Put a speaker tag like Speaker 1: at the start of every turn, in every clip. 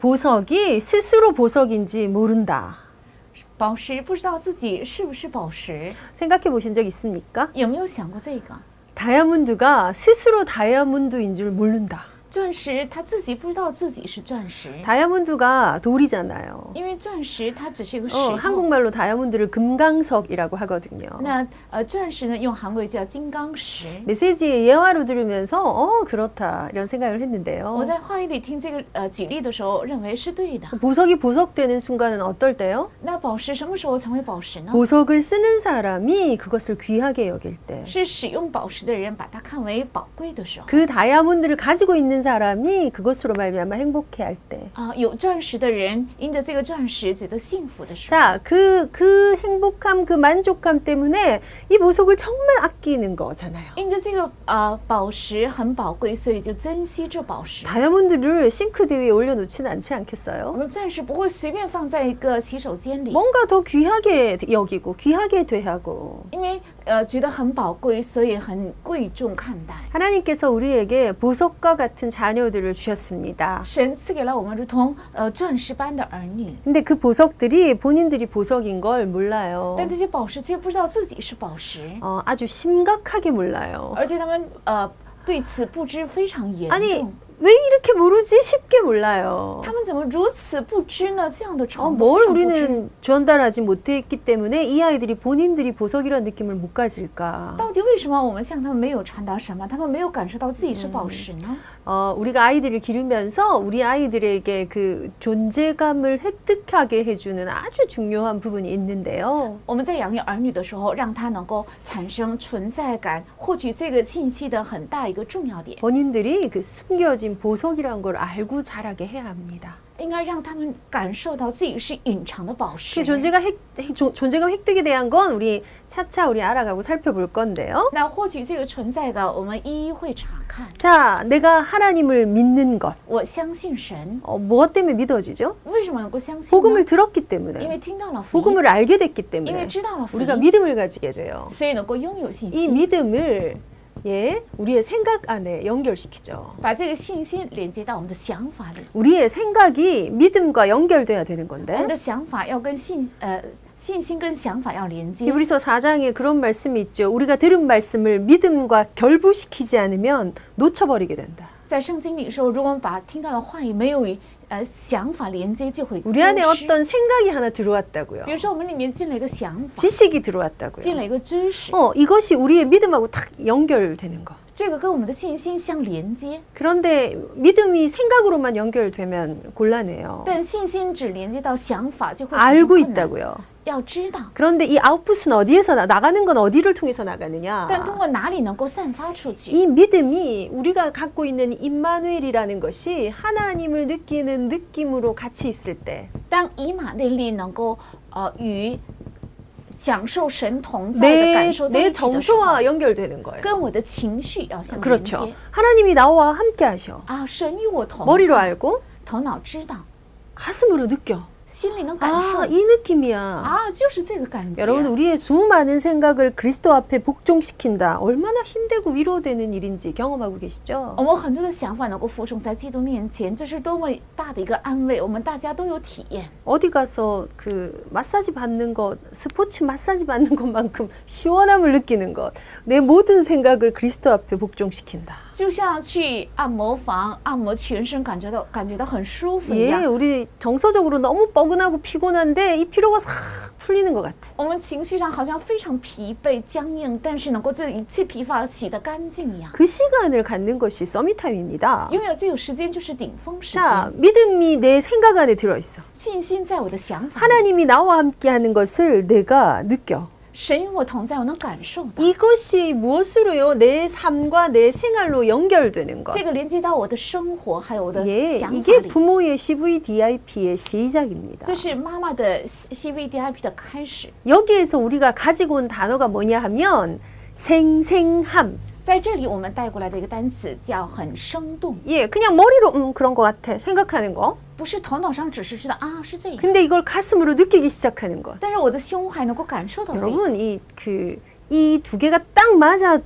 Speaker 1: 보석이 스스로 보석인지 모른다.
Speaker 2: 宝石不知道自己是不是宝石，
Speaker 1: 생각해 보신 적 있습니까?
Speaker 2: 有没有想过这个？
Speaker 1: 다이아몬드가 스스로 다이아몬드인 줄 모른다.
Speaker 2: 钻石它自己不知道自己是钻石，
Speaker 1: 다이아몬드가 돌이잖아요.
Speaker 2: 因为钻石它只是一个石
Speaker 1: 어,
Speaker 2: 头。
Speaker 1: 한국말로 다이아몬드를 금강석이라고 하거든요.
Speaker 2: 那呃，钻石呢，用韩国语叫金刚石。
Speaker 1: 메시지의 예화로 들으면서 어 그렇다 이런 생각을
Speaker 2: 我
Speaker 1: 했는데요.
Speaker 2: 在话语里听这个呃举例的时候，认为是对的。
Speaker 1: 보석이 보석되는 순간은 어떨 때요?
Speaker 2: 那宝石什么时候成为宝石呢？
Speaker 1: 보석을 쓰는 사람이 그것을 귀하게 여길 때.
Speaker 2: 是使用宝石的人把它看为宝贵的时候。
Speaker 1: 그 다이아몬드를 가지고 있는 사람이 그것으로 말미암아 행복해할 때.
Speaker 2: 啊、有钻石的人因着这个钻石觉得幸福的时候，
Speaker 1: 자, 그, 그 행복함, 그 만족감 때문에 이 보석을 정말 아끼는 거잖아요.
Speaker 2: 因着这个呃宝石很宝贵，所以就珍惜这宝石。
Speaker 1: 다이아몬드를 싱크대 위에 올려놓지는 않지
Speaker 2: 我
Speaker 1: 않겠어요?
Speaker 2: 们暂时不会随便放在一个洗手间里，
Speaker 1: 뭔가 더 귀하게 여기고 귀하게 대하고
Speaker 2: 因为呃觉得很宝贵，所以很贵重看待。
Speaker 1: 하나님께서 우리에게 보석과 같은 자녀들을 주셨습니다.
Speaker 2: 神赐给了我们如同呃钻石般的儿女，
Speaker 1: 근데 그 보석들이 본인들이 보석인 걸 몰라요.
Speaker 2: 但这些宝石却不知道自己是宝石，
Speaker 1: 어, 아주 심각하게 몰라요.
Speaker 2: 而且他们呃对此不知非常严
Speaker 1: 아니
Speaker 2: 重。
Speaker 1: 왜 이렇게 모르지? 쉽게 몰라요.
Speaker 2: 他们怎么如此不知呢？这样的
Speaker 1: 어,
Speaker 2: 程度
Speaker 1: 뭘
Speaker 2: 非常不知
Speaker 1: 우리는 전달하지 못했기 때문에 이 아이들이 본인들이 보석이라는 느낌을 못 가질까?
Speaker 2: 到底为什么我们向他们没有传达什么？他们没有感受到自己是宝石呢？
Speaker 1: 어, 우리가 아이들을 기르면서 우리 아이들에게 그 존재감을 획득하게 해주는 아주 중요한 부분이 있는데요.
Speaker 2: 我们在养育儿女的时候，让他能够产生存在感，获取这个信息的很大一个重要点，
Speaker 1: 본인들이 그 숨겨진 보석이라는 걸 알고 자라게 해야 합니다.
Speaker 2: 应该让他们感受到自己是隐藏的宝
Speaker 1: 그
Speaker 2: 石。
Speaker 1: 존재가 획, 획- 존- 존재감 획득에 대한 건 우리 차차 우리 알아가고 살펴볼 건데요.
Speaker 2: 那获取这个存在感，我们一一会查看。
Speaker 1: 자, 내가 하나님을 믿는 것.
Speaker 2: 我相信神，
Speaker 1: 어, 무엇 때문에 믿어지죠?
Speaker 2: 为什么能够相信呢
Speaker 1: 복음을 ？ 들었기
Speaker 2: 因为
Speaker 1: 때문에.
Speaker 2: 听到了福音，
Speaker 1: 복음을 알게 됐기
Speaker 2: 因
Speaker 1: 때문에.
Speaker 2: 为知道了福
Speaker 1: 우리가
Speaker 2: 音，
Speaker 1: 믿음을 가지게 돼요.
Speaker 2: 所以能够拥有信
Speaker 1: 이
Speaker 2: 心，
Speaker 1: 믿음을 예, 우리의 생각 안에 연결시키죠.
Speaker 2: 把这个信心连接到我们的想法里。
Speaker 1: 우리의 생각이 믿음과 연결돼야 되는
Speaker 2: 我们
Speaker 1: 건데.
Speaker 2: 的想法要跟信呃信心跟想法要连接。
Speaker 1: 히브리서 4장에 그런 말씀이 있죠. 우리가 들은 말씀을 믿음과 결부시키지 않으면 놓쳐버리게 된다.
Speaker 2: 在圣经里说，如果我们把听到的话语没有与呃想法连接，就会
Speaker 1: 우리 안에
Speaker 2: 丢失
Speaker 1: 어떤 생각이 하나 들어왔다고요.
Speaker 2: 比如说我们里面进了一个想法，
Speaker 1: 지식이
Speaker 2: 进
Speaker 1: 들어왔다고요.
Speaker 2: 了一个知识，
Speaker 1: 어, 이것이 우리의 믿음하고 탁 연결되는 거.
Speaker 2: 这个跟我们的信心相连接，
Speaker 1: 그런데 믿음이 생각으로만 연결되면 곤란해요.
Speaker 2: 但信心只连接到想法就会产生
Speaker 1: 알고
Speaker 2: 困难。
Speaker 1: 있다고요.
Speaker 2: 要知道，
Speaker 1: 그런데 이 아웃풋은 어디에서 나, 나가는 건 어디를 통해서 나가느냐?
Speaker 2: 但通过哪里能够散发出去？
Speaker 1: 이 믿음이 우리가 갖고 있는 임마누엘이라는 것이 하나님을 느끼는 느낌으로 같이 있을 때
Speaker 2: 当以马内利能够呃与享受神同在的感
Speaker 1: 내
Speaker 2: 受在
Speaker 1: 내
Speaker 2: 一起的时候，
Speaker 1: 정서와 연결되는 거예요.
Speaker 2: 跟我的情绪要
Speaker 1: 啊
Speaker 2: 相连接
Speaker 1: 그렇죠. 하나님이 나와 함께 하셔.
Speaker 2: 啊！神与我同
Speaker 1: 머리로
Speaker 2: 在
Speaker 1: 알고
Speaker 2: 头脑知道，
Speaker 1: 가슴으로 느껴.
Speaker 2: 心里能感受。
Speaker 1: 아, 이 느낌이야.
Speaker 2: 啊，就是这个感觉。
Speaker 1: 啊 여러분 우리의 수많은 생각을 그리스도 앞에 복종시킨다. 얼마나 힘들고 위로되는 일인지 경험하고 계시죠?
Speaker 2: 我们很多的想法能够服从在基督面前，这是多么大的一个安慰！我们大家都有体验。
Speaker 1: 어디 가서 그 마사지 받는 것, 스포츠 마사지 받는 것만큼 시원함을 느끼는 것, 내 모든 생각을 그리스도 앞에 복종시킨다.
Speaker 2: 就像去按摩房按摩全身，感觉到感觉到很舒服一
Speaker 1: 예,
Speaker 2: 样。
Speaker 1: 우리 정서적으로 너무 뻐근하고 피곤한데 이 피로가 싹 풀리는 것 같아.
Speaker 2: 我们情绪上好像非常疲惫僵硬，但是能够这一切疲乏洗得干净一样。
Speaker 1: 그 시간을 갖는 것이 서밋타임입니다.
Speaker 2: 拥有这个时间就是顶峰时
Speaker 1: 자,
Speaker 2: 间，
Speaker 1: 믿음이 내 생각 안에 들어있어.
Speaker 2: 信心在我的想法里，
Speaker 1: 하나님이 나와 함께 하는 것을 내가 느껴.
Speaker 2: 神与我同在，我能感受到
Speaker 1: 이것이 무엇으로요? 내 삶과 내 생활로 연결되는 것.
Speaker 2: 这个连接到我的生活，还有我的
Speaker 1: 예,
Speaker 2: 想法
Speaker 1: 이게
Speaker 2: 里。
Speaker 1: 부모의 CVDIP의 시작입니다.
Speaker 2: 这是妈妈的 C V D I P 的开始。
Speaker 1: 여기에서 우리가 가지고 온 단어가 뭐냐 하면 생생함.
Speaker 2: 在这里，我们带过来的一个单词叫很生动，
Speaker 1: 예, 그냥 머리로 음 그런 것 같아 생각하는 거.
Speaker 2: 不是头脑上只是知道啊是这个，
Speaker 1: 근데 이걸 가슴으로 느끼기 시작하는 것.
Speaker 2: 但是我的胸还能够感受到这个。
Speaker 1: 여러분 이 그 이 두 개가 딱 맞아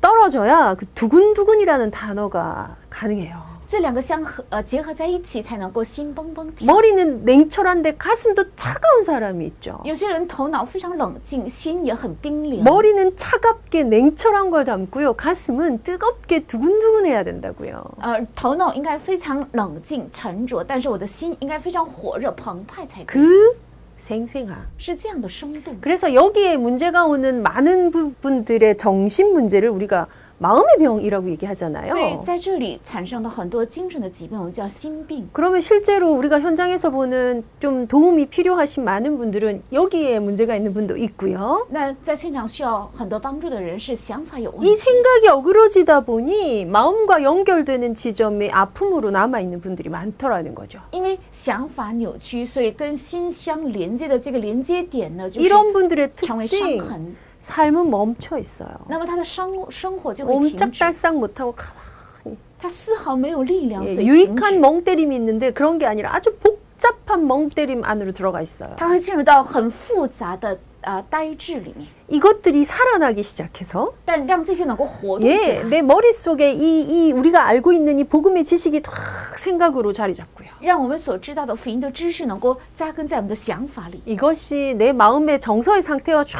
Speaker 1: 떨어져야 그 두근두근이라는 단어가 가능해요.
Speaker 2: 这两个相合呃结合在一起，才能够心蹦蹦跳。
Speaker 1: 머리는 냉철한데 가슴도 차가운 사람이 있죠.
Speaker 2: 有些人头脑非常冷静，心也很冰凉。
Speaker 1: 머리는 차갑게 냉철한 걸 담고요. 가슴은 뜨겁게 두근두근해야 된다고요.
Speaker 2: 呃，头脑应该非常冷静沉着，但是我的心应该非常火热澎湃才对，
Speaker 1: 그 생생함.
Speaker 2: 是这样的生动。
Speaker 1: 그래서 여기에 문제가 오는 많은 부분들의 정신 문제를 우리가 마음의 병이라고
Speaker 2: 所以
Speaker 1: 얘기하잖아요.
Speaker 2: 在这里产生了很多精神的疾病，我们叫心病。
Speaker 1: 그러면 실제로 우리가 현장에서 보는 좀 도움이 필요하신 많은 분들은 여기에 문제가 있는 분도 있고요.
Speaker 2: 那在现场需要很多帮助的人是想法有问
Speaker 1: 이
Speaker 2: 题，
Speaker 1: 생각이 어그러지다 보니 마음과 연결되는 지점이 아픔으로 남아 있는 분들이 많더라는 거죠.
Speaker 2: 因为想法扭曲，所以跟心相连接的这个连接点呢，就是
Speaker 1: 이런 분들의
Speaker 2: 成为伤
Speaker 1: 특징,
Speaker 2: 痕。
Speaker 1: 삶은 멈춰 있어요.
Speaker 2: 那么他的生生活就会停止，
Speaker 1: 옴짝달싹 못하고 가만히
Speaker 2: 他丝毫没有力量，
Speaker 1: 예,
Speaker 2: 所以停
Speaker 1: 유익한
Speaker 2: 止。
Speaker 1: 멍때림이 있는데 그런 게 아니라 아주 복잡한 멍때림 안으로 들어가 있어요.
Speaker 2: 他会进入到很复杂的呃呆滞里面，
Speaker 1: 이것들이 살아나기 시작해서
Speaker 2: 但让这些能够活动起
Speaker 1: 예,
Speaker 2: 来。
Speaker 1: 내 머릿속에 이, 이 우리가 알고 있는 이 복음의 지식이 탁 생각으로 자리 잡고요.
Speaker 2: 让我们所知道的福音的知识能够扎根在我们的想法里，
Speaker 1: 이것이 내 마음의 정서의 상태와 쫙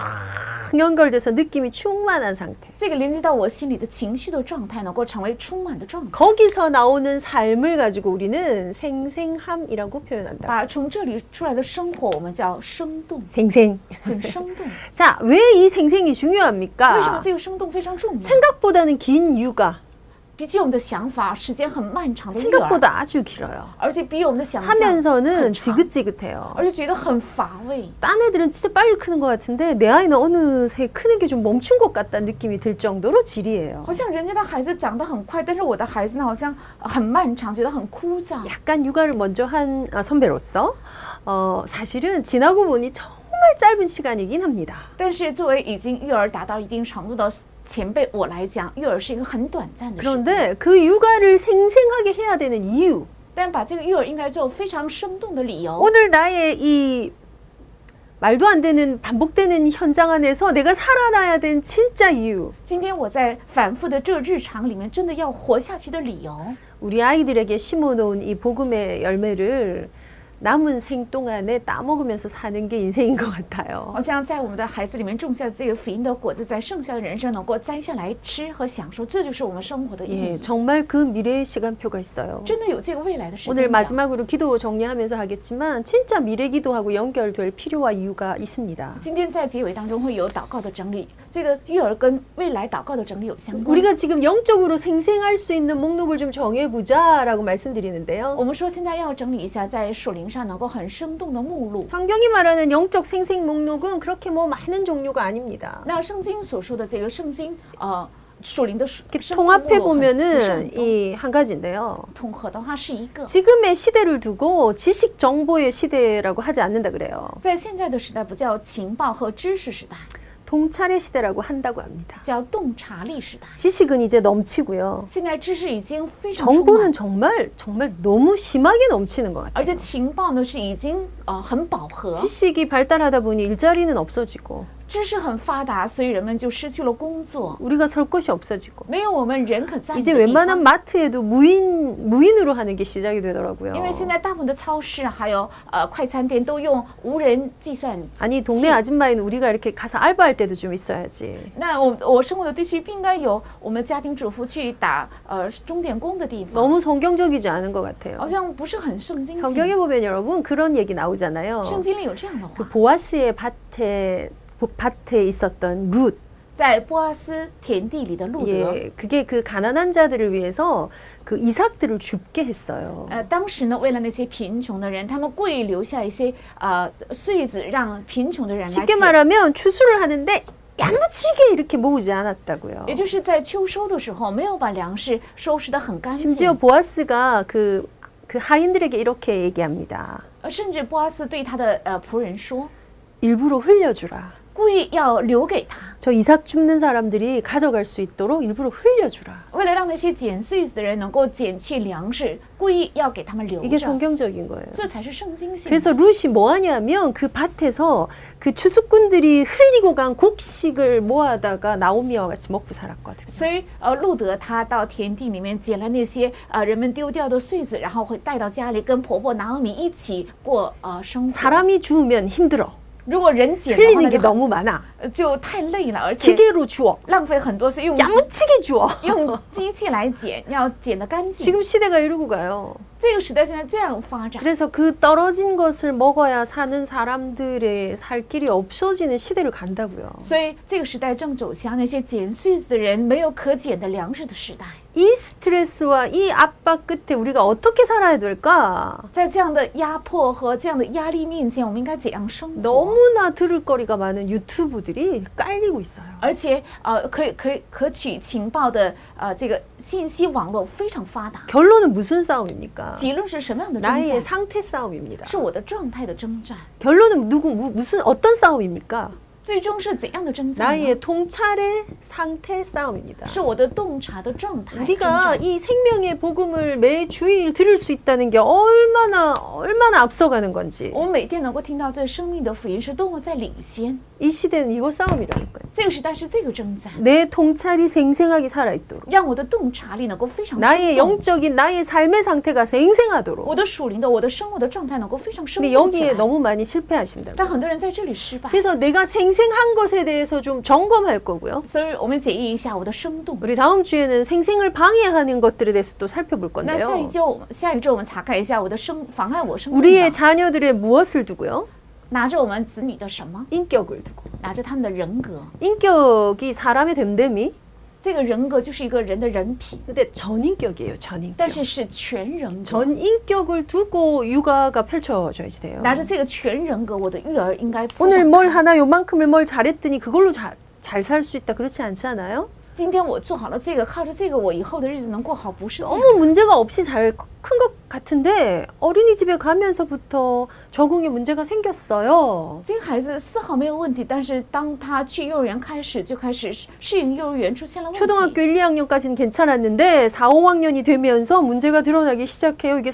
Speaker 1: 연결돼서 느낌이 충만한 상태.
Speaker 2: 这个连接到我心里的情绪的状态，能够成为充满的状态。
Speaker 1: 거기서 나오는 삶을 가지고 우리는 생생함이라고 표현한다.
Speaker 2: 把从这里出来的生活，我们叫生动，
Speaker 1: 생생.
Speaker 2: 很生 动。
Speaker 1: 자, 왜 이 생생이
Speaker 2: 为什么
Speaker 1: 중요합니까?
Speaker 2: 这个生动非常重要？
Speaker 1: 생각보다는 긴 이유가
Speaker 2: 比起我们的想法，时间很漫长的育儿，
Speaker 1: 생각보다 아주 길어요.
Speaker 2: 而且比我们的想象
Speaker 1: 하면서는
Speaker 2: 很长
Speaker 1: 지긋지긋해요.
Speaker 2: 而且觉得很乏味。
Speaker 1: 딴 애들은 진짜 빨리 크는 것 같은데 내 아이는 어느새 크는 게 좀 멈춘 것 같다는 느낌이 들 정도로 질이에요.
Speaker 2: 好像人家的孩子长得很快，但是我的孩子呢，好像很漫长，觉得很枯燥。
Speaker 1: 약간 육아를 먼저 한 아, 선배로서 어, 사실은 지나고 보니 정말 짧은 시간이긴 합니다.
Speaker 2: 但是作为已经育儿达到一定程度的前辈我来讲，育儿是一个很短暂的事情。
Speaker 1: 그런데 그 육아를 생생하게 해야 되는 이유
Speaker 2: 但把这个育儿应该做非常生动的理由。
Speaker 1: 오늘 나의 이 말도 안 되는 반복되는 현장 안에서 내가 살아나야 된 진짜 이유
Speaker 2: 今天我在反复的这日常里面，真的要活下去的理由，
Speaker 1: 우리 아이들에게 심어놓은 이 복음의 열매를 남은 생 동안에 따먹으면서 사는 게 인생인 것 같아요.
Speaker 2: 好像在我们的孩子里面种下这个福音的果子，在剩下的人生能够摘下来吃和享受，这就是我们生活的意
Speaker 1: 예,
Speaker 2: 义。
Speaker 1: 정말 그 미래의 시간표가 있어요.
Speaker 2: 真的有这个未来的时
Speaker 1: 오늘
Speaker 2: 间表。
Speaker 1: 마지막으로 기도 정리하면서 하겠지만 진짜 미래 기도하고 연결될 필요와 이유가 있습니다.
Speaker 2: 今天在结尾当中会有祷告的整理，这个育儿跟未来祷告的整理有相关。
Speaker 1: 우리가 지금 영적으로 생생할 수 있는 목록을 좀 정해보자라고
Speaker 2: 我
Speaker 1: 말씀드리는데요.
Speaker 2: 们说现在要整理一下在属灵上能够很生动的目录。
Speaker 1: 성경이 말하는 영적 생생 목록은 그렇게 뭐 많은 종류가 아닙니다.
Speaker 2: 那圣经所说的这个圣经，呃，属灵的属
Speaker 1: 이렇게
Speaker 2: 生活目录
Speaker 1: 통합해
Speaker 2: 很不是很
Speaker 1: 보면은
Speaker 2: 多
Speaker 1: 이 한 가지인데요.
Speaker 2: 统合的话是一个。
Speaker 1: 지금의 시대를 두고 지식 정보의 시대라고 하지 않는다 그래요.
Speaker 2: 在现在的时代，不叫情报和知识时代，
Speaker 1: 동찰의 시대라고 한다고 합니다.
Speaker 2: 叫洞察力时代。
Speaker 1: 지식은 이제 넘치고요.
Speaker 2: 现在知识已经非常充
Speaker 1: 정보는
Speaker 2: 满，
Speaker 1: 정말 정말 너무 심하게 넘치는 것 같아요.
Speaker 2: 而且情报呢是已经呃很饱和，
Speaker 1: 지식이 발달하다 보니 일자리는 없어지고
Speaker 2: 知识很发达，所以人们就失去了工作，
Speaker 1: 우리가 설 곳이 없어지고
Speaker 2: 没有我们人可在意
Speaker 1: 이제
Speaker 2: 的地方。
Speaker 1: 웬만한 마트에도 무인 무인으로 하는 게 시작이
Speaker 2: 因
Speaker 1: 되더라고요.
Speaker 2: 为现在大部分的超市还有呃快餐店都用无人计算机
Speaker 1: 아니 동네 아줌마인 우리가 이렇게 가서 알바할 때도 좀 있어야지.
Speaker 2: 那我我生活的地区不应该有我们家庭主妇去打呃钟点工的地方，
Speaker 1: 너무 성경적이지 않은 것 같아요.
Speaker 2: 好像不是很圣经性。
Speaker 1: 성경에 보면 여러분 그런 얘기
Speaker 2: 圣
Speaker 1: 나오잖아요.
Speaker 2: 经里有这样的话
Speaker 1: 그 ， 보아스의 밭에 보- 밭에 있었던 룻,
Speaker 2: 在波阿斯田地里的路德，
Speaker 1: 예, 그게 그 가난한 자들을 위해서 그 이삭들을 줍게 했어요.
Speaker 2: 呃，当时呢，为了那些贫穷的人，他们故意留下一些呃穗子，让贫穷的人来
Speaker 1: 쉽게
Speaker 2: 捡。
Speaker 1: 말하면 추수를 하는데 야무지게 이렇게 모으지 않았다고요.
Speaker 2: 也就是在秋收的时候，没有把粮食收拾得很干
Speaker 1: 심지어
Speaker 2: 净，
Speaker 1: 보아스가 그, 그 하인들에게 이렇게 얘기합니다.
Speaker 2: 呃甚至波阿斯对他的呃仆人说
Speaker 1: 일부러 흘려주라. ：“
Speaker 2: 故意要留给他，
Speaker 1: 저 이삭 줍는 사람들이 가져갈 수 있도록 일부러 흘려주라.
Speaker 2: 为了让那些捡穗子的人能够捡去粮食，故意要给他们留
Speaker 1: 이게
Speaker 2: 着。
Speaker 1: 성경적인 거예요.
Speaker 2: 这才是圣经性的。
Speaker 1: 그래서 룻이 뭐 하냐면 그 밭에서 그 추수꾼들이 흘리고 간 곡식을 모아다가 나오미와 같이 먹고 살았거든요.
Speaker 2: 所以，呃，路德他到田地里面捡了那些呃人们丢掉的穗子，然后会带到家里跟婆婆拿奥米一起过呃生活。
Speaker 1: 사람이 주우면 힘들어.
Speaker 2: 如果人捡的话，
Speaker 1: 흘리는 게
Speaker 2: 那就很
Speaker 1: 네, 너무 많아.
Speaker 2: 呃就太累了，而且
Speaker 1: 기계로 주워.
Speaker 2: 浪费很多，是用
Speaker 1: 야무지게 주워.
Speaker 2: 用机器来捡，要捡得干净。
Speaker 1: 지금 시대가 이러고 가요.
Speaker 2: 这个时代现在这样发展，
Speaker 1: 그래서 그 떨어진 것을 먹어야 사는 사람들의 살 길이 없어지는 시대를 간다고요.
Speaker 2: 所以这个时代正走向那些捡穗子的人没有可捡的粮食的时代。
Speaker 1: 이 스트레스와 이 압박 끝에 우리가 어떻게 살아야 될까?
Speaker 2: 在这样的压迫和这样的压力面前，我们应该怎样生活？
Speaker 1: 너무나 들을 거리가 많은 유튜브들이 깔리고 있어요.
Speaker 2: 而且，呃，可以可以可取情报的，呃，这个信息网络非常发达。
Speaker 1: 결론은 무슨 싸움입니까?
Speaker 2: 结论是什么样的
Speaker 1: 나의
Speaker 2: 征战？
Speaker 1: 상태 싸움입니다.
Speaker 2: 是我的状态的征战，
Speaker 1: 결론은 누구 무, 무슨 어떤 싸움입니까?
Speaker 2: 最终是怎样的征战呢？
Speaker 1: 나의 통찰의 상태 싸움입니다.
Speaker 2: 是我的洞察的状态。
Speaker 1: 우리가 이 생명의 복음을 매 주일 들을 수 있다는 게 얼마나 얼마나 앞서가는 건지
Speaker 2: 我们每天能够听到这生命的福音是多么在领先。
Speaker 1: 이 시대는 이거 싸움이라니까요.
Speaker 2: 这个时代是这个征战，
Speaker 1: 내 통찰이 생생하게 살아있도록
Speaker 2: 让我的洞察力能够非常
Speaker 1: 나의
Speaker 2: 生动
Speaker 1: 영적인 나의 삶의 상태가 생생하도록.
Speaker 2: 我的属灵的我的生活的状态能够非常生
Speaker 1: 근데
Speaker 2: 动起
Speaker 1: 여기에
Speaker 2: 来。
Speaker 1: 너무 많이 실패하신다고.
Speaker 2: 但很多人在这里失败，
Speaker 1: 그래서 내가 생생한 것에 대해서 좀 점검할 거고요.
Speaker 2: 所以我们检验一下我的生动。
Speaker 1: 우리 다음 주에는 생생을 방해하는 것들에 대해서 또 살펴볼
Speaker 2: 那下一
Speaker 1: 건데요.
Speaker 2: 周我们下一周我们查看一下我的生妨碍我生动
Speaker 1: 우리의
Speaker 2: 的，
Speaker 1: 자녀들의 무엇을 두고요?
Speaker 2: 拿着我们子女的什么？
Speaker 1: 인격을 두고.
Speaker 2: 拿着他们的人格，
Speaker 1: 인격이 사람의 됨됨이.
Speaker 2: 这个人格就是一个人的人品，
Speaker 1: 근데 전인격이에요, 전인격.
Speaker 2: 但是是全人格。
Speaker 1: 전인격을 두고 육아가 펼쳐져야지 돼요.
Speaker 2: 拿着这个全人格，我的育儿应该铺
Speaker 1: 오늘
Speaker 2: 上
Speaker 1: 뭘 하나 요만큼을 뭘 잘했더니 그걸로 잘 살 수 있다 그렇지 않지 않아요?
Speaker 2: 今天我做好了这个，靠着这个，我以后的日子能过好，不是这样
Speaker 1: 너무 문제가 없이 잘 큰 것 같은데 어린이집에 가면서부터 적응에 문제가 생겼어요.
Speaker 2: 这个孩子丝毫没有问题，但是当他去幼儿园开始，就开始适适应幼儿园出现了问
Speaker 1: 초등학교
Speaker 2: 题。
Speaker 1: 1, 2학년까지는 괜찮았는데 4, 5학년이 되면서 문제가 드러나기 시작해요. 이게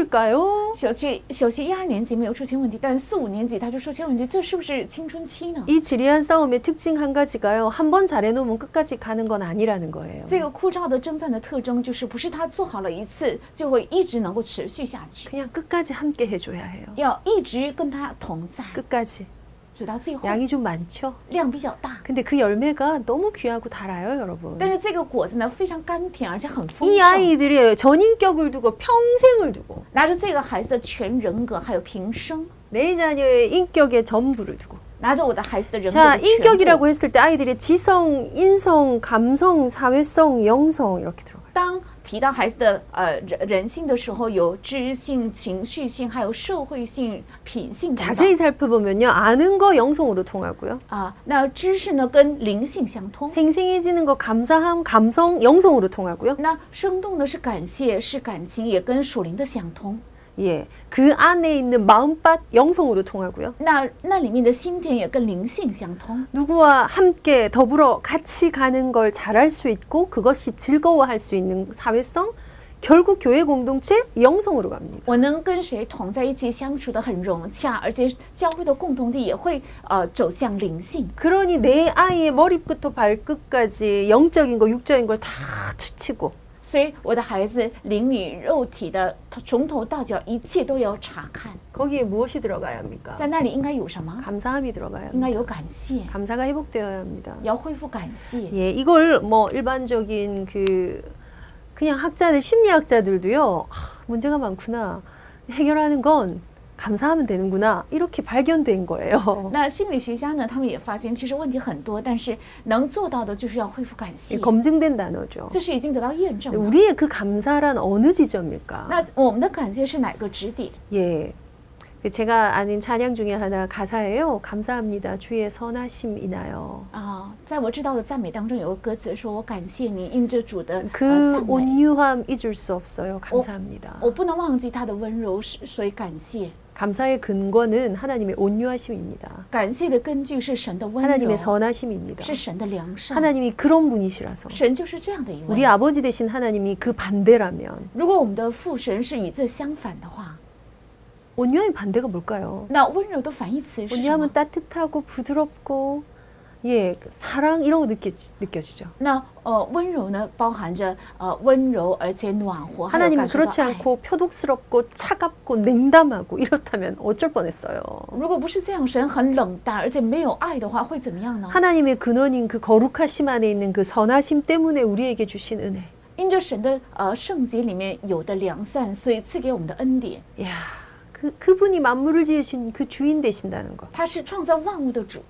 Speaker 1: 사춘기일까요?
Speaker 2: 小学小学一二年级没有出现问题，但四五年级他就出现问题，这是不是青春期呢？
Speaker 1: 이 지리한 싸움의 특징 한 가지가요. 한 번 잘해놓으면 끝까지 가는 건 아니라는 거예요.
Speaker 2: 这个枯燥的征战的特征就是，不是他做好了一次就会一直能够持续下去，
Speaker 1: 그냥 끝까지 함께 해줘야 해요.
Speaker 2: 要一直跟他同在，
Speaker 1: 끝까지.
Speaker 2: 直到最后
Speaker 1: 양이 좀 많죠?
Speaker 2: 量比较大。
Speaker 1: 근데 그 열매가 너무 귀하고 달아요, 여러분.
Speaker 2: 但是这个果子呢非常甘甜，而且很丰
Speaker 1: 이
Speaker 2: 盛。
Speaker 1: 아이들이 전인격을 두고 평생을 두고
Speaker 2: 拿着这个孩子的全人格，还有平生，
Speaker 1: 내 자녀의 인격의 전부를 두고
Speaker 2: 拿着我的孩子的人格
Speaker 1: 자
Speaker 2: 的全部
Speaker 1: 인격이라고 했을 때 아이들의 지성, 인성, 감성, 사회성, 영성 이렇게 들어가요.
Speaker 2: 当提到孩子的呃人人性的时候，有知性、情绪性，还有社会性、品性等等
Speaker 1: 자세히 살펴보면요 아는 거 영성으로 통하고요
Speaker 2: 啊。那知识呢跟灵性相通，
Speaker 1: 생생해지는 거 감사함, 감성 영성으로 통하고요
Speaker 2: 那生动呢是感谢，是感情，也跟属灵的相通。
Speaker 1: 예그 안에 있는 마음밭 영성으로 통하고요
Speaker 2: 那那里面的心田也跟灵性相通，
Speaker 1: 누구와 함께 더불어 같이 가는 걸 잘할 수 있고 그것이 즐거워할 수 있는 사회성 결국 교회 공동체 영성으로 갑니다
Speaker 2: 我能跟谁同在一起相处的很融洽，而且教会的共同地也会呃走向灵性。
Speaker 1: 그러니 내 아이의 머리부터 발끝까지 영적인 거 육적인 걸 다 추치고
Speaker 2: 所以我的孩子灵与肉体的从头到脚一切都要查看，
Speaker 1: 거기에 무엇이 들어가야 합니까?
Speaker 2: 在那里应该有什么？
Speaker 1: 감사함이 들어가야 합니다.
Speaker 2: 应该有感谢。
Speaker 1: 감사가 회복되어야 합니다.
Speaker 2: 要恢复感谢。
Speaker 1: 예, 이걸 뭐 일반적인 그 그냥 학자들 심리학자들도요. 아, 문제가 많구나. 해결하는 건 감사하면 되는구나. 이렇게 발견된 거예요.
Speaker 2: 那心理学家呢，他们也发现，其实问题很多，但是能做到的就是要恢复感
Speaker 1: 예,
Speaker 2: 谢，
Speaker 1: 검증된 단어죠.
Speaker 2: 这是已经得到验证了。
Speaker 1: 우리의 그 감사란 어느 지점일까?
Speaker 2: 那我们的感谢是哪个指点？
Speaker 1: 예. 그 제가 아는 찬양 중에 하나 가사예요. 감사합니다. 주의 선하심 이나요.
Speaker 2: 啊，在我知道的赞美当中有个歌词说：“我感谢你，因着主的呃
Speaker 1: 그
Speaker 2: 赞美，
Speaker 1: 온유함 잊을 수 어? 없어요. 감사합니다.
Speaker 2: 我不能忘记他的温柔，是所以感谢。”
Speaker 1: 감사의 근거는 하나님의 온유하심입니다.
Speaker 2: 感谢的根据是神的温柔
Speaker 1: 하나님의 ， 선하심입니다.
Speaker 2: 是神的良善。
Speaker 1: 하나님이 어. 그런 분이시라서
Speaker 2: 神就是这样的一
Speaker 1: 우리
Speaker 2: 位。
Speaker 1: 아버지 대신 하나님이 그 반대라면
Speaker 2: 如果我们的父神是与这相反的话，
Speaker 1: 온유함의 반대가 뭘까요?
Speaker 2: 那温柔的反义词是什么
Speaker 1: 온유함은 ？ 따뜻하고 부드럽고 예 사랑 이런 거 느껴 느껴지죠.
Speaker 2: 那呃，温柔呢，包含着呃温柔而且暖和，还有
Speaker 1: 하나님은
Speaker 2: 感受
Speaker 1: 아,
Speaker 2: 到
Speaker 1: 그렇지
Speaker 2: 爱。
Speaker 1: 않고 표독스럽고 차갑고 냉담하고 이렇다면 어쩔 뻔했어요.
Speaker 2: 如果不是这样，神很冷淡，而且没有爱的话，会怎么样呢？
Speaker 1: 하나님의 근원인 그 거룩하심 안에 있는 그 선하심 때문에 우리에게 주신 은혜.
Speaker 2: 因着神的呃圣洁里面有的良善，所以赐给我们的恩典，
Speaker 1: 이야, 그 그분이 만물을 지으신 그 주인 되신다는 것.
Speaker 2: 他是创造万物的主，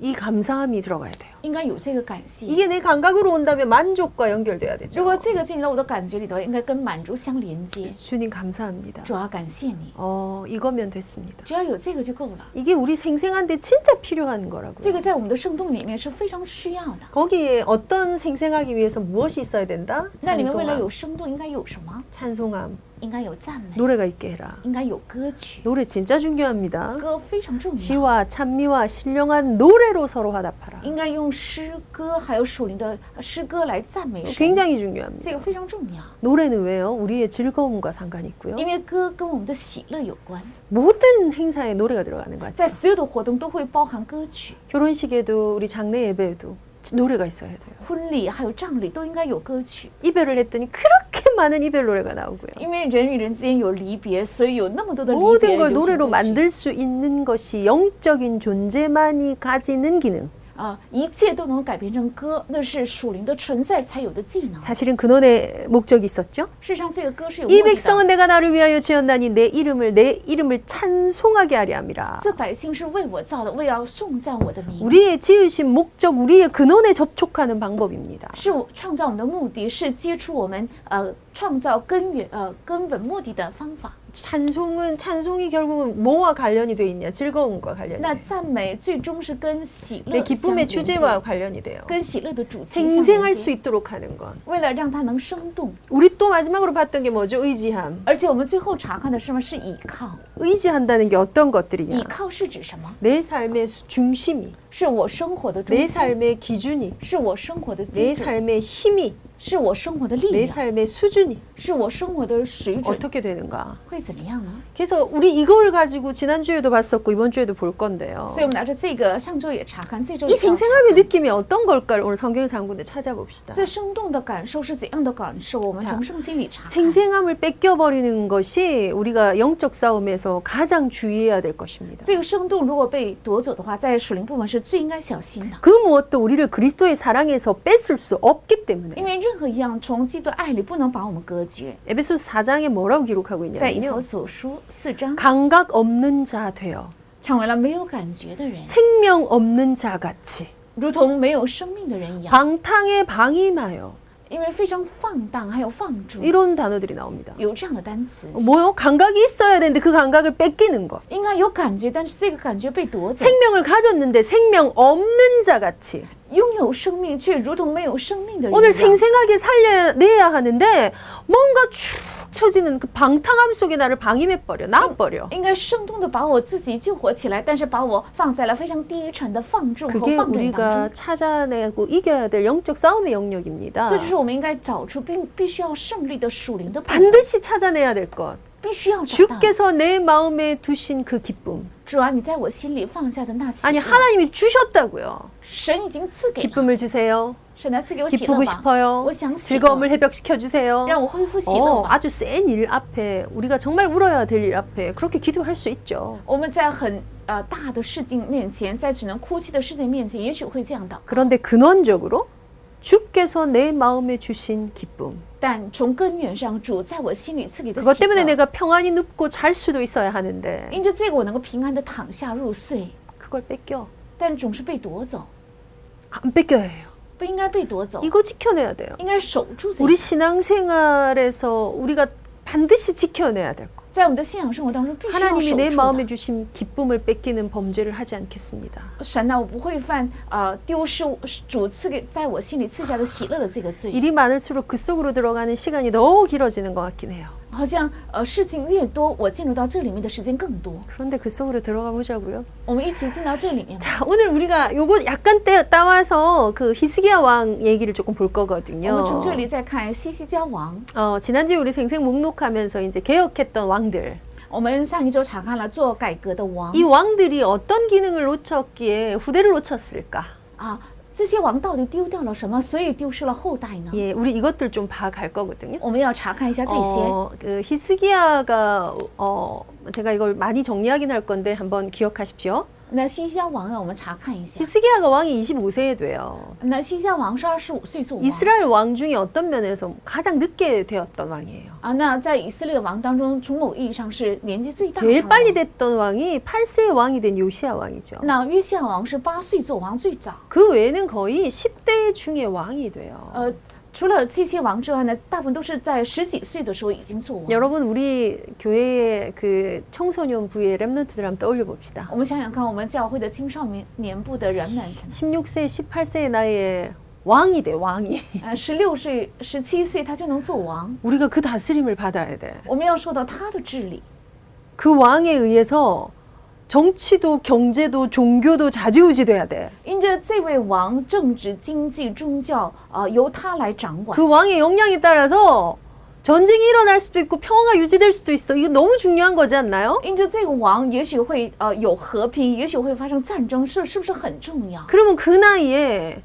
Speaker 1: 이 감사함이 들어가야 돼요.
Speaker 2: 应该有这个感谢。
Speaker 1: 이게 내 감각으로 온다면 만족과 연결돼야
Speaker 2: 如
Speaker 1: 되죠.
Speaker 2: 果这个进入到我的感觉里头，应该跟满足相连接。
Speaker 1: 주님 감사합니다.
Speaker 2: 主要感谢你，
Speaker 1: 어 이거면 됐습니다.
Speaker 2: 只要有这个就够了。
Speaker 1: 이게 우리 생생한데 진짜 필요한
Speaker 2: 这
Speaker 1: 거라고요.
Speaker 2: 个在我们的圣洞里面是非常需要的。
Speaker 1: 거기에 어떤 생생하기 위해서 무엇이 있어야 된다?
Speaker 2: 那里面为了
Speaker 1: 찬송함,
Speaker 2: 有生动，应该有什么？
Speaker 1: 찬송함,
Speaker 2: 应该有赞美，
Speaker 1: 네. 노래가 있게 해라.
Speaker 2: 应该有歌曲，
Speaker 1: 노래 진짜 중요합니다.
Speaker 2: 歌非常重要，
Speaker 1: 시와 찬미와 신령한 노래로 서로 화답하라.
Speaker 2: 应该用诗歌还有属灵的呃诗歌来赞美神，
Speaker 1: 굉장히 중요합니다.
Speaker 2: 这个非常重要，
Speaker 1: 노래는 왜요? 우리의 즐거움과 상관이 있고요.
Speaker 2: 因为歌跟我们的喜乐有关，
Speaker 1: 모든 행사에 노래가 들어가는 것
Speaker 2: 在
Speaker 1: 같죠.
Speaker 2: 所有的活动都会包含歌曲，
Speaker 1: 결혼식에도 우리 장례 예배에도 노래가 있어야 돼요.
Speaker 2: 婚礼还有葬礼都应该有歌曲，
Speaker 1: 이별을 했더니 그렇게 많은 이별 노래가 나오고요.
Speaker 2: 因为人与人之间有离别，所以有那么多的离别
Speaker 1: 모든 걸
Speaker 2: 流行歌曲
Speaker 1: 노래로 만들 수 있는 것이 영적인 존재만이 가지는 기능.
Speaker 2: 啊，一切都能改变成歌，那是属灵的存在才有的技能。
Speaker 1: 사실은 근원의 목적이 있었죠.
Speaker 2: 事实上，这个歌是有目
Speaker 1: 이
Speaker 2: 的的。
Speaker 1: 백성은 내가 나를 위하여 지었나니 내 이름을 내 이름을 찬송하게 하리 함이라.
Speaker 2: 这百姓是为我造的，为要颂赞我的名，
Speaker 1: 우리의 지으신 목적, 우리의 근원에 접촉하는 방법입니다.
Speaker 2: 是我创造我们的目的，是接触我们呃创造根源呃根本目的的方法。
Speaker 1: 찬송은 찬송이 결국은 뭐와 관련이 돼 있냐? 즐거움과 관련이.
Speaker 2: 那赞美最终是跟喜乐
Speaker 1: 내
Speaker 2: 相
Speaker 1: 기쁨의
Speaker 2: 连接，
Speaker 1: 주제와 관련이 돼요.
Speaker 2: 跟喜乐的主题相连
Speaker 1: 생생할 수
Speaker 2: 接。
Speaker 1: 있도록 하는 건.
Speaker 2: 为了让它能生动，
Speaker 1: 우리 또 마지막으로 봤던 게 뭐죠? 의지함.
Speaker 2: 而且我们最后查看的什么是倚靠？
Speaker 1: 의지한다는 게 어떤 것들이냐?
Speaker 2: 倚靠是指什么？
Speaker 1: 내 삶의 수- 중심이,
Speaker 2: 是我生活的中
Speaker 1: 내
Speaker 2: 心，
Speaker 1: 삶의 기준이,
Speaker 2: 是我生活的基
Speaker 1: 내
Speaker 2: 础，
Speaker 1: 삶의 힘이,
Speaker 2: 是我生活的力
Speaker 1: 내
Speaker 2: 量，
Speaker 1: 삶의 수준이
Speaker 2: 是我生活的水准。
Speaker 1: 어떻게 되는가?
Speaker 2: 会怎么样呢？
Speaker 1: 그래서 우리 이걸 가지고 지난 주에도 봤었고 이번 주에도 볼 건데요.
Speaker 2: 所以我们拿着这个，上周也查看，这周
Speaker 1: 이
Speaker 2: 也要查
Speaker 1: 생생함의 느낌이 어떤 걸까를 오늘 성경에서 한 군데 찾아봅시다.
Speaker 2: 最生动的感受是怎样的感受？我们
Speaker 1: 자
Speaker 2: 从圣经里查看。
Speaker 1: 생생함을 뺏겨버리는 것이 우리가 영적 싸움에서 가장 주의해야 될 것입니다.
Speaker 2: 这个生动如果被夺走的话，在属灵部门是最应该小心的，
Speaker 1: 그 무엇도 우리를 그리스도의 사랑에서 뺏을 수 없기
Speaker 2: 因
Speaker 1: 때문에
Speaker 2: 为任何一样从基督爱里不能把我们隔绝。
Speaker 1: 에베소서 4장에 뭐라고 기록하고
Speaker 2: 在以
Speaker 1: 있냐면요.
Speaker 2: 佛所书四章，
Speaker 1: 감각 없는 자 되어
Speaker 2: 成为了没有感觉的人，
Speaker 1: 생명 없는 자 같이
Speaker 2: 如同没有生命的人一样，
Speaker 1: 방탕에 방임하여
Speaker 2: 因为非常放荡，还有放逐，
Speaker 1: 이런 단어들이 나옵니다.
Speaker 2: 有这样的单词，
Speaker 1: 뭐요? 감각이 있어야 되는데 그 감각을 뺏기는 것.
Speaker 2: 应该有感觉，但是这个感觉被夺走，
Speaker 1: 생명을 가졌는데 생명 없는 자 같이
Speaker 2: 拥有生命却如同没有生命的人
Speaker 1: 오늘
Speaker 2: 一样。
Speaker 1: 생생하게 살려내야 하는데 뭔가 축 처지는 그 방탕함 속에 나를 방임해 버려 놔 버려.
Speaker 2: 应该生动的把我自己救活起来，但是把我放在了非常低沉的放纵和
Speaker 1: 그게
Speaker 2: 放任当中
Speaker 1: 우리가 。 찾아내고 이겨야 될 영적 싸움의
Speaker 2: 这
Speaker 1: 영역입니다.
Speaker 2: 就是我们应该找出并必须要胜利的属灵的部分，
Speaker 1: 반드시 찾아내야 될 것.
Speaker 2: 必须要找到。
Speaker 1: 주께서 내 마음에 두신 그 기쁨.
Speaker 2: 主啊，你在我心里放下的那些，
Speaker 1: 아니 하나님이 주셨다고요.
Speaker 2: 神已经赐给了，
Speaker 1: 기쁨을 주세요.
Speaker 2: 神来赐给我喜乐
Speaker 1: 기쁘고
Speaker 2: 吧，
Speaker 1: 싶어요.
Speaker 2: 我想喜乐，
Speaker 1: 즐거움을 哦 회복시켜 주세요.
Speaker 2: 让我恢复喜乐
Speaker 1: 어,
Speaker 2: 吧。
Speaker 1: 아주 센 일 앞에 우리가 정말 울어야 될 일 앞에 그렇게 기도할 수 있죠.
Speaker 2: 我们在很呃大的事情面前，在只能哭泣的事情面前，也许会这样的，
Speaker 1: 그런데 근원적으로 주께서 내 마음에 주신 기쁨.
Speaker 2: 但从根源上，主在我心里赐给的
Speaker 1: 그것
Speaker 2: 喜
Speaker 1: 때문에
Speaker 2: 乐，
Speaker 1: 내가 평안히 눕고 잘 수도 있어야 하는데
Speaker 2: 因着这个我能够平安的躺下入睡，
Speaker 1: 그걸 뺏겨.
Speaker 2: 但总是被夺走，
Speaker 1: 안 뺏겨야 해요.
Speaker 2: 不应该被夺走，
Speaker 1: 이거 지켜내야 돼요.
Speaker 2: 应该守住这
Speaker 1: 우리
Speaker 2: 个，
Speaker 1: 신앙생활에서 우리가 반드시 지켜내야 될 것.
Speaker 2: 在我们的信仰生活当中必须要
Speaker 1: 하나님이 내
Speaker 2: 守住的
Speaker 1: 마음에 。 주신 기쁨을 뺏기는 범죄를 하지 않겠습니다.
Speaker 2: 神啊呐、我不会犯呃丢失主赐给在我心里赐下的喜乐的这个罪。
Speaker 1: 일이 많을수록 그 속으로 들어가는 시간이 너무 길어지는 것 같긴 해요.
Speaker 2: 好像呃事情越多，我进入到这里面的时间更多。
Speaker 1: 그런데 그 속으로 들어가 보자고요.
Speaker 2: 我们一起进到这里 面吧。
Speaker 1: 자, 오늘 우리가 요거 약간 떼, 따와서 그 히스기야 왕 얘기를 조금 볼
Speaker 2: 我
Speaker 1: 거거든요.
Speaker 2: 们从这里再看西西家王。
Speaker 1: 어, 지난주에 우리 생생 목록하면서 이제 개혁했던 왕들.
Speaker 2: 我们上一周查看了做改革的王
Speaker 1: 이 왕들이 어떤 기능을 놓쳤기에 후대를 놓쳤을까?
Speaker 2: 啊，这些王到底丢掉了什么，所以丢失了后代呢？
Speaker 1: 예, 우리 이것들 좀 봐갈 거거든요.
Speaker 2: 我们要查看一下这些。
Speaker 1: 어, 그 히스기야가 어, 제가 이걸 많이 정리하긴 할 건데 한번 기억하십시오.
Speaker 2: 那西西家王呢？我们查看一下。
Speaker 1: 히스기야가 왕이 25세에 돼요.
Speaker 2: 那西西家王是二十五岁做王
Speaker 1: 이스라엘 왕 중에 어떤 면에서 가장 늦게 되었던 왕이에요.
Speaker 2: 啊，那在以色列的王当中，从某意义上是年纪最大的
Speaker 1: 제일
Speaker 2: 王。
Speaker 1: 빨리 됐던 왕이 8세의 왕이 된 요시야 왕이죠.
Speaker 2: 那约西亚王是八岁做王最早。
Speaker 1: 그 외에는 거의 10대 중에 왕이 돼요.
Speaker 2: 呃，除了这些王之外呢，大部分都是在十几岁的时候已经做王。
Speaker 1: 여러분 우리 교회의 그 청소년 부의 렘넌트들 한번 떠올려 봅시다.
Speaker 2: 我们想想看，我们教会的青少年年部的人们，
Speaker 1: 16세, 18세의 나이에 왕이 돼 왕이.
Speaker 2: 呃，十六岁、十七岁他就能做王，
Speaker 1: 우리가 그 다스림을 받아야 돼.
Speaker 2: 我们要受到他的治理。
Speaker 1: 그 왕에 의해서 정치도 경제도 종교도 좌지우지 돼야 돼.
Speaker 2: 因着这位王，政治、经济、宗教，呃，由他来掌管。
Speaker 1: 그 왕의 역량에 따라서 전쟁이 일어날 수도 있고 평화가 유지될 수도 있어. 이거 너무 중요한 거지 않나요?
Speaker 2: 因着这个王，也许会呃有和平，也许会发生战争，是是不是很重要？
Speaker 1: 그러면 그 나이에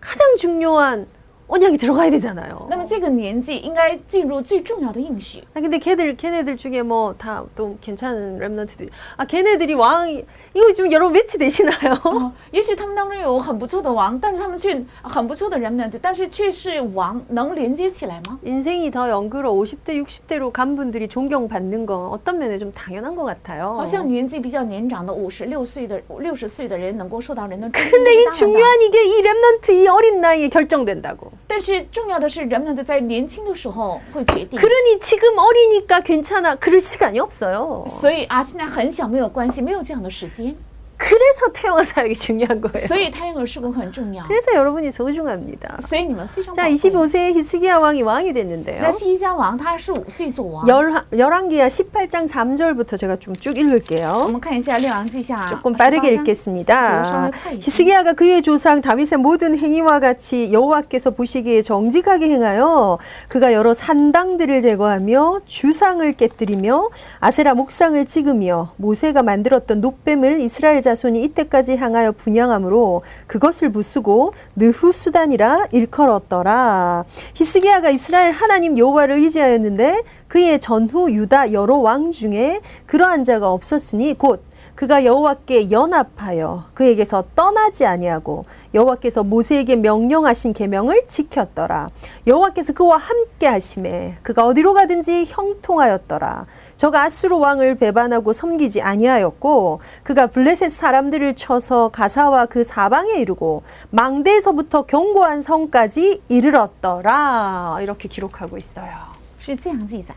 Speaker 1: 가장 중요한 언약이 들어가야 되잖아요.
Speaker 2: 那么这个年纪应该进入最重要的应许。
Speaker 1: 아 근데 걔들 걔네들 중에 뭐 다 또 괜찮은 렘넌트들 아 걔네들이 왕 이거 좀 여러분 매치되시나요?
Speaker 2: 哦，也许他们当中有很不错的王，但是他们却很不错的人们，但是却是王能连接起来吗？
Speaker 1: 인생이 더 연그러 50대 60대로 간 분들이 존경받는 건 어떤 면에 좀 당연한 것 같아요.
Speaker 2: 好像年纪比较年长的五十六岁的六十岁的人能够受到人的尊敬
Speaker 1: 근데
Speaker 2: 是
Speaker 1: 이
Speaker 2: 大的，
Speaker 1: 중요한 이게 이 렘넌트 이 어린 나이에 결정된다고.
Speaker 2: 但是重要的是人们的在年轻的时候会决定。
Speaker 1: 음. 그러니 지금 어리니까 괜찮아 그럴 시간이 없어요.
Speaker 2: 所以啊，现在很小没有关系，没有这样的时间，
Speaker 1: 그래서 태영아 사역이 중요한 거예요.
Speaker 2: 所以胎儿事工很重要，
Speaker 1: 그래서 여러분이 소중합니다.
Speaker 2: 所以你们非常宝
Speaker 1: 자
Speaker 2: 贵。
Speaker 1: 25세에 히스기야 왕이 왕이 됐는데요.
Speaker 2: 那西家王他是五岁做王，
Speaker 1: 열왕기야 18장 3절부터 제가 좀 쭉
Speaker 2: 我
Speaker 1: 읽을게요.
Speaker 2: 们看一下《列王记下》
Speaker 1: 조금 빠르게
Speaker 2: 28章
Speaker 1: 아, 읽겠습니다.
Speaker 2: 요상을 타이지.
Speaker 1: 히스기야가 그의 조상 다윗의 모든 행위와 같이 여호와께서 보시기에 정직하게 행하여 그가 여러 산당들을 제거하며 주상을 깨뜨리며 아세라 목상을 찍으며 모세가 만들었던 노뱀을 이스라엘 자손이 이때까지 향하여 분양함으로 그것을 부수고 느후 수단이라 일컬었더라. 히스기야가 이스라엘 하나님 여호와를 의지하였는데 그의 전후 유다 여러 왕 중에 그러한 자가 없었으니 곧 그가 여호와께 연합하여 그에게서 떠나지 아니하고 여호와께서 모세에게 명령하신 계명을 지켰더라. 여호와께서 그와 함께 하심에 그가 어디로 가든지 형통하였더라. 저가 아수르 왕을 배반하고 섬기지 아니하였고 그가 블레셋 사람들을 쳐서 가사와 그 사방에 이르고 망대에서부터 견고한 성까지 이르렀더라. 이렇게 기록하고 있어요.
Speaker 2: 是这样记载。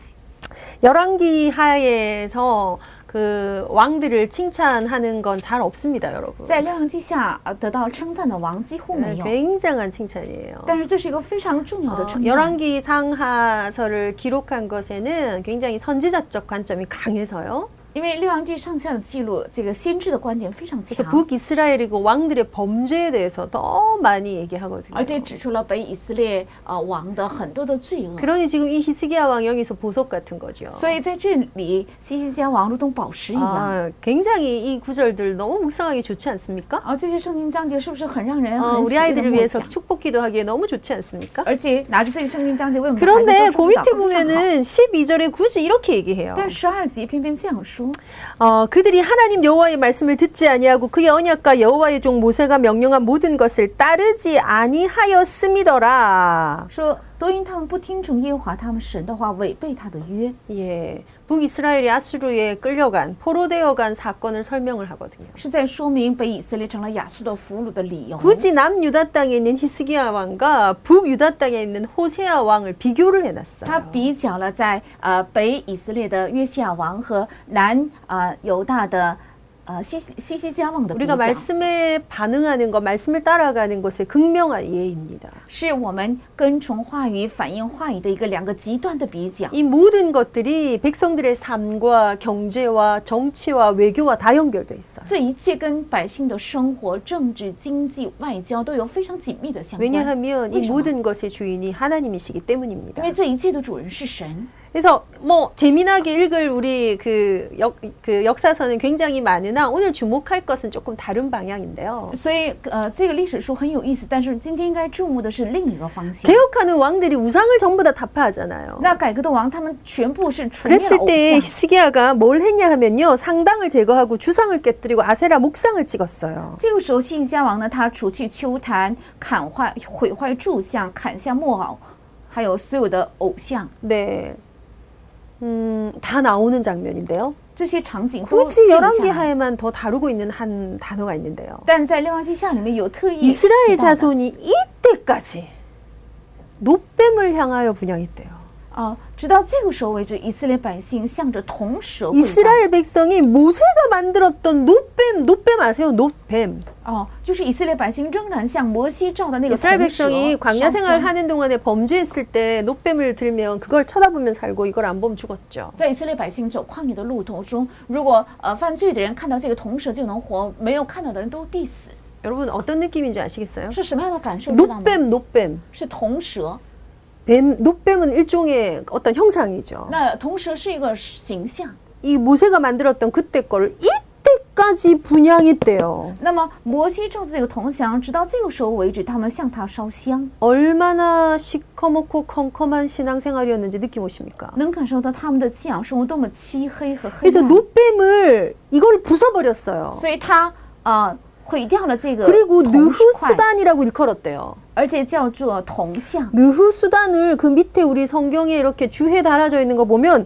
Speaker 1: 열왕기 하에서 그 왕들을 칭찬하는 건 잘 없습니다, 여러분.
Speaker 2: 在《列王记下》呃得到称赞的王几乎
Speaker 1: 네,
Speaker 2: 哎没有，哦
Speaker 1: 굉장한 칭찬이에요.
Speaker 2: 但是这是一个非常重要的
Speaker 1: 어,
Speaker 2: 称赞。
Speaker 1: 열왕기 상하서를 기록한 것에는 굉장히 선지자적 관점이 강해서요.
Speaker 2: 因为《列王记上下》的记录，这个先知的观点非常
Speaker 1: 이게
Speaker 2: 强，
Speaker 1: 북 이스라엘이고 왕들의 범죄에 대해서 더 많이 얘기하거든요.
Speaker 2: 而且指出了北以色列呃王的很多的罪恶。
Speaker 1: 그러니 지금 이 히스기야 왕영에서 보석 같은 거죠.
Speaker 2: 所以在这里，西西家王如同宝石一样。
Speaker 1: 아, 굉장히 이 구절들 너무 묵상하기 좋지 않습니까?
Speaker 2: 而哦这些圣经章节是不是很让人
Speaker 1: 어,
Speaker 2: 很喜
Speaker 1: 우리
Speaker 2: 悦的
Speaker 1: 아이들을
Speaker 2: 默
Speaker 1: 위해서
Speaker 2: 想？
Speaker 1: 축복기도 하기에 너무 좋지 않습니까?
Speaker 2: 而且拿着这个圣经章节为我们的孩子
Speaker 1: 그런데 그
Speaker 2: 做出祷
Speaker 1: 밑에
Speaker 2: 告非常好。
Speaker 1: 보면은 12절에 굳이 이렇게 얘기해요.
Speaker 2: 但十二节偏偏这样说，
Speaker 1: 어, 그들이 하나님 여호와의 말씀을 듣지 아니하고 그의 언약과 여호와의 종 모세가 명령한 모든 것을 따르지 아니하였음이더라.
Speaker 2: 说都因他们不听从耶和华他们神的话，违背他的约。
Speaker 1: 예. 북이스라엘이 아수르에 끌려간 포로되어 간 사건을 설명을 하거든요.
Speaker 2: 是在说明北以色列成了亚述的俘虏的理由。
Speaker 1: 굳이 남유다 땅에 있는 히스기야 왕과 북유다 땅에 있는 호세아 왕을 비교를
Speaker 2: 他
Speaker 1: 해놨어요.
Speaker 2: 比较了在呃北以色列的约西亚王和南啊、呃、犹大的呃息息息相关的比
Speaker 1: 우리가
Speaker 2: 较，
Speaker 1: 말씀에 반응하는 것, 말씀을 따라가는 것의 극명한 예입니다.
Speaker 2: 是我们跟从话语反应话语的一个两个极端的比较。
Speaker 1: 이 모든 것들이 백성들의 삶과 경제와 정치와 외교와 다 연결돼 있어요.
Speaker 2: 这一切跟百姓的生活、政治、经济、外交都有非常紧密的相关，因
Speaker 1: 왜냐하면 이
Speaker 2: 왜죠? 네.
Speaker 1: 모든 것의 주인이 하나님이시기 때문입니다.
Speaker 2: 为这一切的主人是神。
Speaker 1: 그래서 뭐 재미나게 읽을 우리 그, 역, 그 역사서는 굉장히 많으나 오늘 주목할 것은 조금 다른 방향인데요.
Speaker 2: 所以，呃，这个历史书很有意思，但是今天应该注目的是另一个方向。
Speaker 1: 개혁하는 왕들이 우상을 전부 다 타파하잖아요.
Speaker 2: 那改革的王他们全部是除灭了
Speaker 1: 그랬을
Speaker 2: 偶
Speaker 1: 때
Speaker 2: 像，
Speaker 1: 히스기야가 뭘 했냐 하면요. 상당을 제거하고 주상을 깨뜨리고 아세라 목상을 찍었어요.
Speaker 2: 这个时候，西西家王呢，他除去丘坛，砍坏、毁坏柱像，砍下木偶，还有所有的偶像，
Speaker 1: 네. 음, 다 나오는 장면인데요.
Speaker 2: 这些场景都
Speaker 1: 굳이
Speaker 2: 记录
Speaker 1: 11개
Speaker 2: 下来。
Speaker 1: 하에만 더 다루고 있는 한 단어가 있는데요.
Speaker 2: 但在《列王记下》里面有特意提
Speaker 1: 이스라엘
Speaker 2: 到的
Speaker 1: 자손이 이때까지 노뱀을 향하여 분양했대요.
Speaker 2: 啊，直到这个时候为止，以色列百姓向着铜蛇跪拜。
Speaker 1: 이스라엘 백성이 모세가 만들었던 노뱀, 노뱀 아세요? 노뱀.
Speaker 2: 哦，就是以色列百姓仍然向摩西照的那个
Speaker 1: 이스라엘
Speaker 2: 铜蛇
Speaker 1: 백성이
Speaker 2: 烧
Speaker 1: 광야
Speaker 2: 香
Speaker 1: 생활 하는 동안에 범죄했을 때 노뱀을 들면 그걸 쳐다보면 살고 이걸 안 보면 죽었죠.
Speaker 2: 在以色列百姓走旷野的路途中，如果呃犯罪的人看到这个铜蛇就能活，没有看到的人都必死，
Speaker 1: 여러분 어떤 느낌인지 아시겠어요?
Speaker 2: 是什么样的感受？
Speaker 1: 음.
Speaker 2: 知道吗？
Speaker 1: 노뱀, 노뱀.
Speaker 2: 是铜蛇。
Speaker 1: 뱀, 노뱀은 일종의 어떤 형상이죠.
Speaker 2: 那铜蛇是一个形象。
Speaker 1: 이 모세가 만들었던 그때 거를 이때까지 분양했대요.
Speaker 2: 那么摩西照着这个铜像，直到这个时候为止，他们向他烧香，
Speaker 1: 얼마나 시커멓고 컴컴한 신앙생활이었는지 느낌 오십니까?
Speaker 2: 能感受到他们的信仰生活多么漆黑和黑
Speaker 1: 그래서
Speaker 2: 暗。
Speaker 1: 노뱀을 이걸 부숴버렸어요.
Speaker 2: 所以他啊、呃毁掉了这个
Speaker 1: 그리고
Speaker 2: 铜块，
Speaker 1: 느후수단이라고 일컬었대요.
Speaker 2: 而且叫做铜像。
Speaker 1: 느후수단을 그 밑에 우리 성경에 이렇게 주해 달아져 있는 거 보면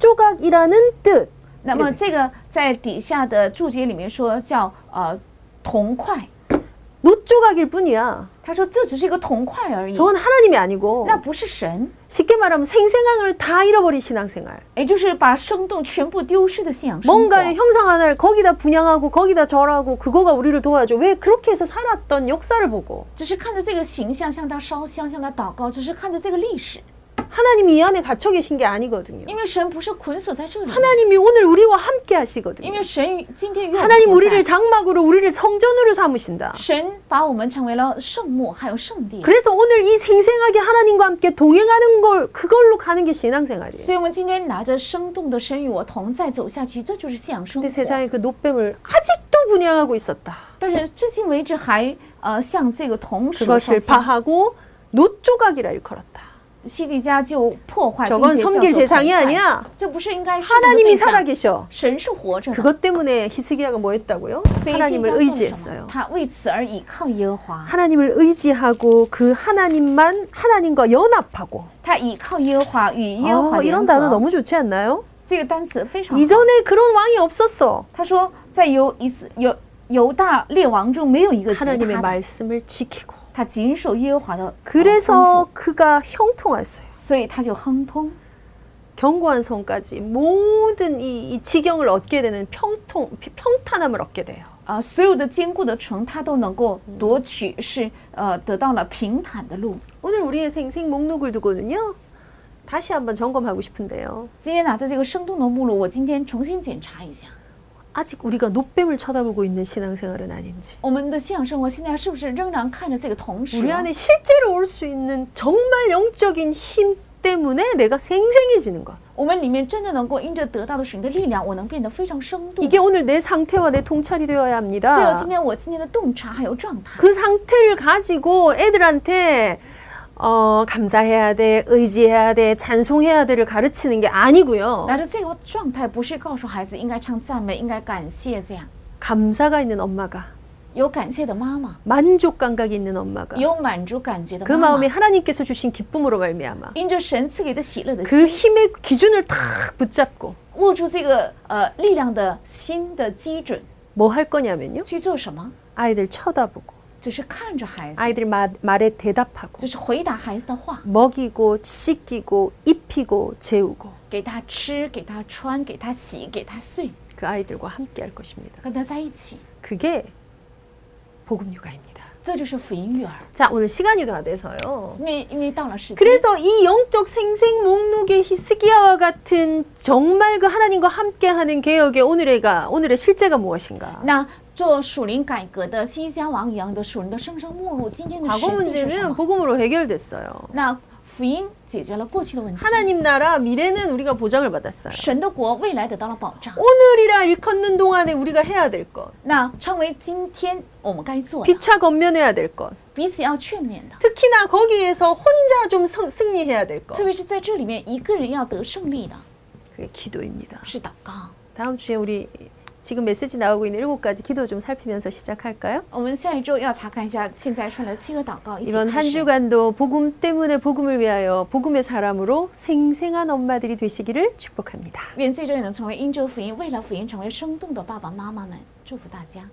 Speaker 1: 노조각이라는 뜻.
Speaker 2: 那么这个在底下的注解里面说叫呃铜块，
Speaker 1: 노조각일 뿐이야.
Speaker 2: 他说这只是一个铜块而已，
Speaker 1: 저건 하나님이 아니고
Speaker 2: 那不是神，
Speaker 1: 쉽게 말하면 생생함을 다 잃어버린 신앙생활.
Speaker 2: 也就是把生动全部丢失的信仰生活。
Speaker 1: 뭔가의 형상 하나를 거기다 분양하고 거기다 절하고 그거가 우리를 도와줘. 왜 그렇게 해서 살았던 역사를 보고
Speaker 2: 只是看着这个形象向他烧香，向他祷告，只是看着这个历史，
Speaker 1: 하나님이 이 안에 갇혀 계신 게 아니거든요.
Speaker 2: 因为神不是捆锁在这里的，
Speaker 1: 하나님이 오늘 우리와 함께
Speaker 2: 因
Speaker 1: 하시거든요.
Speaker 2: 为神与今天与我们
Speaker 1: 하나님
Speaker 2: 同在
Speaker 1: 우리를 장막으로 우리를 성전으로 삼으신다.
Speaker 2: 神把我们成为了圣墓，还有圣地。
Speaker 1: 그래서 오늘 이 생생하게 하나님과 함께 동행하는 걸 그걸로 가는 게 신앙생활이에요.
Speaker 2: 所以，我们今天拿着生动的“神与我同在”走下去，这就是信仰生
Speaker 1: 근데
Speaker 2: 活。
Speaker 1: 세상에 그 노뱀을 아직도 분양하고 있었다.
Speaker 2: 但是，至今为止还呃向这个同时
Speaker 1: 그것을
Speaker 2: 烧
Speaker 1: 파하고 노조각이라 일컬었다.
Speaker 2: 西底家就破坏，
Speaker 1: 저건
Speaker 2: 并且叫做
Speaker 1: 섬길
Speaker 2: 崇
Speaker 1: 대상이
Speaker 2: 拜
Speaker 1: 아니야.
Speaker 2: 这不是应该是我们的
Speaker 1: 하나님이
Speaker 2: 对象
Speaker 1: 살아계셔.
Speaker 2: 神是 活着的，
Speaker 1: 그것 때문에 히스기야가 뭐 했다고요?
Speaker 2: 所以西底
Speaker 1: 하나님을
Speaker 2: 家做了什
Speaker 1: 의지했어요.
Speaker 2: 么？他为此而倚靠耶和华。
Speaker 1: 하나님을 의지하고 그 하나님만 하나님과 연합하고
Speaker 2: 他倚靠耶和华与耶和
Speaker 1: 어,
Speaker 2: 华联
Speaker 1: 이런
Speaker 2: 合
Speaker 1: 단어 너무 좋지 않나요?
Speaker 2: 这个单词
Speaker 1: 아.
Speaker 2: 非常好。
Speaker 1: 이전에 그런 왕이 없었어.
Speaker 2: 他说，在犹以斯犹犹大列王中没有一个及他
Speaker 1: 하나님의 어,
Speaker 2: 的，
Speaker 1: 말씀을 지키고
Speaker 2: 他谨守耶和华的呃吩
Speaker 1: 그래서
Speaker 2: 咐，
Speaker 1: 그가 형통하였어요.
Speaker 2: 所以他就亨通。
Speaker 1: 견고한 성까지 모든 이, 이 지경을 얻게 되는 평통 피- 평탄함을 얻게 돼요.
Speaker 2: 啊，所有的坚固的城，他都能够夺取，是呃得到了平坦的路。
Speaker 1: 오늘 우리의 생생 목록을 두고는요. 다시 한번 점검하고 싶은데요.
Speaker 2: 今天拿着这个生动的目录，我今天重新检查一下，
Speaker 1: 아직 우리가 노뱀을 쳐다보고 있는 신앙생활은 아닌지.
Speaker 2: 我们的信仰生活现在是不是仍然看着这个同时啊
Speaker 1: 우리 안에 실제로 올 수 있는 정말 영적인 힘 때문에 내가 생생해지는 것.
Speaker 2: 我们里面真的能够因着得到的神的力量，我能变得非常生动。
Speaker 1: 이게 오늘 내 상태와 내 통찰이 되어야
Speaker 2: 这有
Speaker 1: 합니다.
Speaker 2: 今天我今天的洞察还有状态。
Speaker 1: 그 상태를 가지고 애들한테 어, 감사해야 돼, 의지해야 돼, 찬송해야 돼를 가르치는 게 아니고요.
Speaker 2: 拿着这个状态，不是告诉孩子应该唱赞美，应该感谢这样。
Speaker 1: 감사가 있는 엄마가
Speaker 2: 有感谢的妈妈，
Speaker 1: 만족 감각이 있는 엄마가
Speaker 2: 有满足感觉的
Speaker 1: 그
Speaker 2: 妈
Speaker 1: 마음에
Speaker 2: 妈，
Speaker 1: 하나님께서 주신 기쁨으로 말미암아
Speaker 2: 因着神赐给的喜乐的
Speaker 1: 그
Speaker 2: 心，
Speaker 1: 힘의 기준을 탁 붙잡고
Speaker 2: 握住这个呃力量的心的基准
Speaker 1: 뭐 할 거냐면요.
Speaker 2: 去做什么？
Speaker 1: 아이들 쳐다보고
Speaker 2: 只是看着孩子，
Speaker 1: 아이들 말, 말에 대답하고
Speaker 2: 就是回答孩子的话，
Speaker 1: 먹이고 씻기고 입히고 재우고
Speaker 2: 给他吃，给他穿，给他洗，给他睡。
Speaker 1: 그 아이들과 함께 할 것입니다.
Speaker 2: 跟他在一起，
Speaker 1: 그게 복음 육아입니다.
Speaker 2: 这就是福音育儿。
Speaker 1: 자, 오늘 시간이 다 돼서요.
Speaker 2: 因为因为到了时间，
Speaker 1: 그래서 이 영적 생생 목록의 히스기야와 같은 정말 그 하나님과 함께하는 개혁의 오늘의가 오늘의 실제가 무엇인가?
Speaker 2: 那做属灵改革的西西家王一样的属灵的生生目录，今天的
Speaker 1: 과거
Speaker 2: 实际是什
Speaker 1: 문제는
Speaker 2: 么？
Speaker 1: 복음으로 해결됐어요.
Speaker 2: 那福音解决了过去的问题，
Speaker 1: 하나님 나라 미래는 우리가 보장을 받았어요.
Speaker 2: 神的国未来得到了保障。
Speaker 1: 오늘이라 일컫는 동안에 우리가 해야 될 것,
Speaker 2: 那称为今天我们该做的，
Speaker 1: 피차 건면해야 될 것,
Speaker 2: 彼此要劝勉的，
Speaker 1: 특히나 거기에서 혼자 좀 성- 승리해야 될 것.
Speaker 2: 特别是在这里面一个人要得胜利的
Speaker 1: 그게 기도입니다.
Speaker 2: 是祷告。
Speaker 1: 다음 주에 우리 지금 메시지 나오고 있는 일곱 가지 기도 좀 살피면서 시작할까요?
Speaker 2: 我们下一周要查看一下现在出来的七个祷告，一起
Speaker 1: 이번
Speaker 2: 开
Speaker 1: 한
Speaker 2: 始。
Speaker 1: 주간도 복음 때문에 복음을 위하여 복음의 사람으로 생생한 엄마들이 되시기를 축복합니다.
Speaker 2: 愿这周也能成为因着福音，为了福音成为生动的爸爸妈妈们，祝福大家。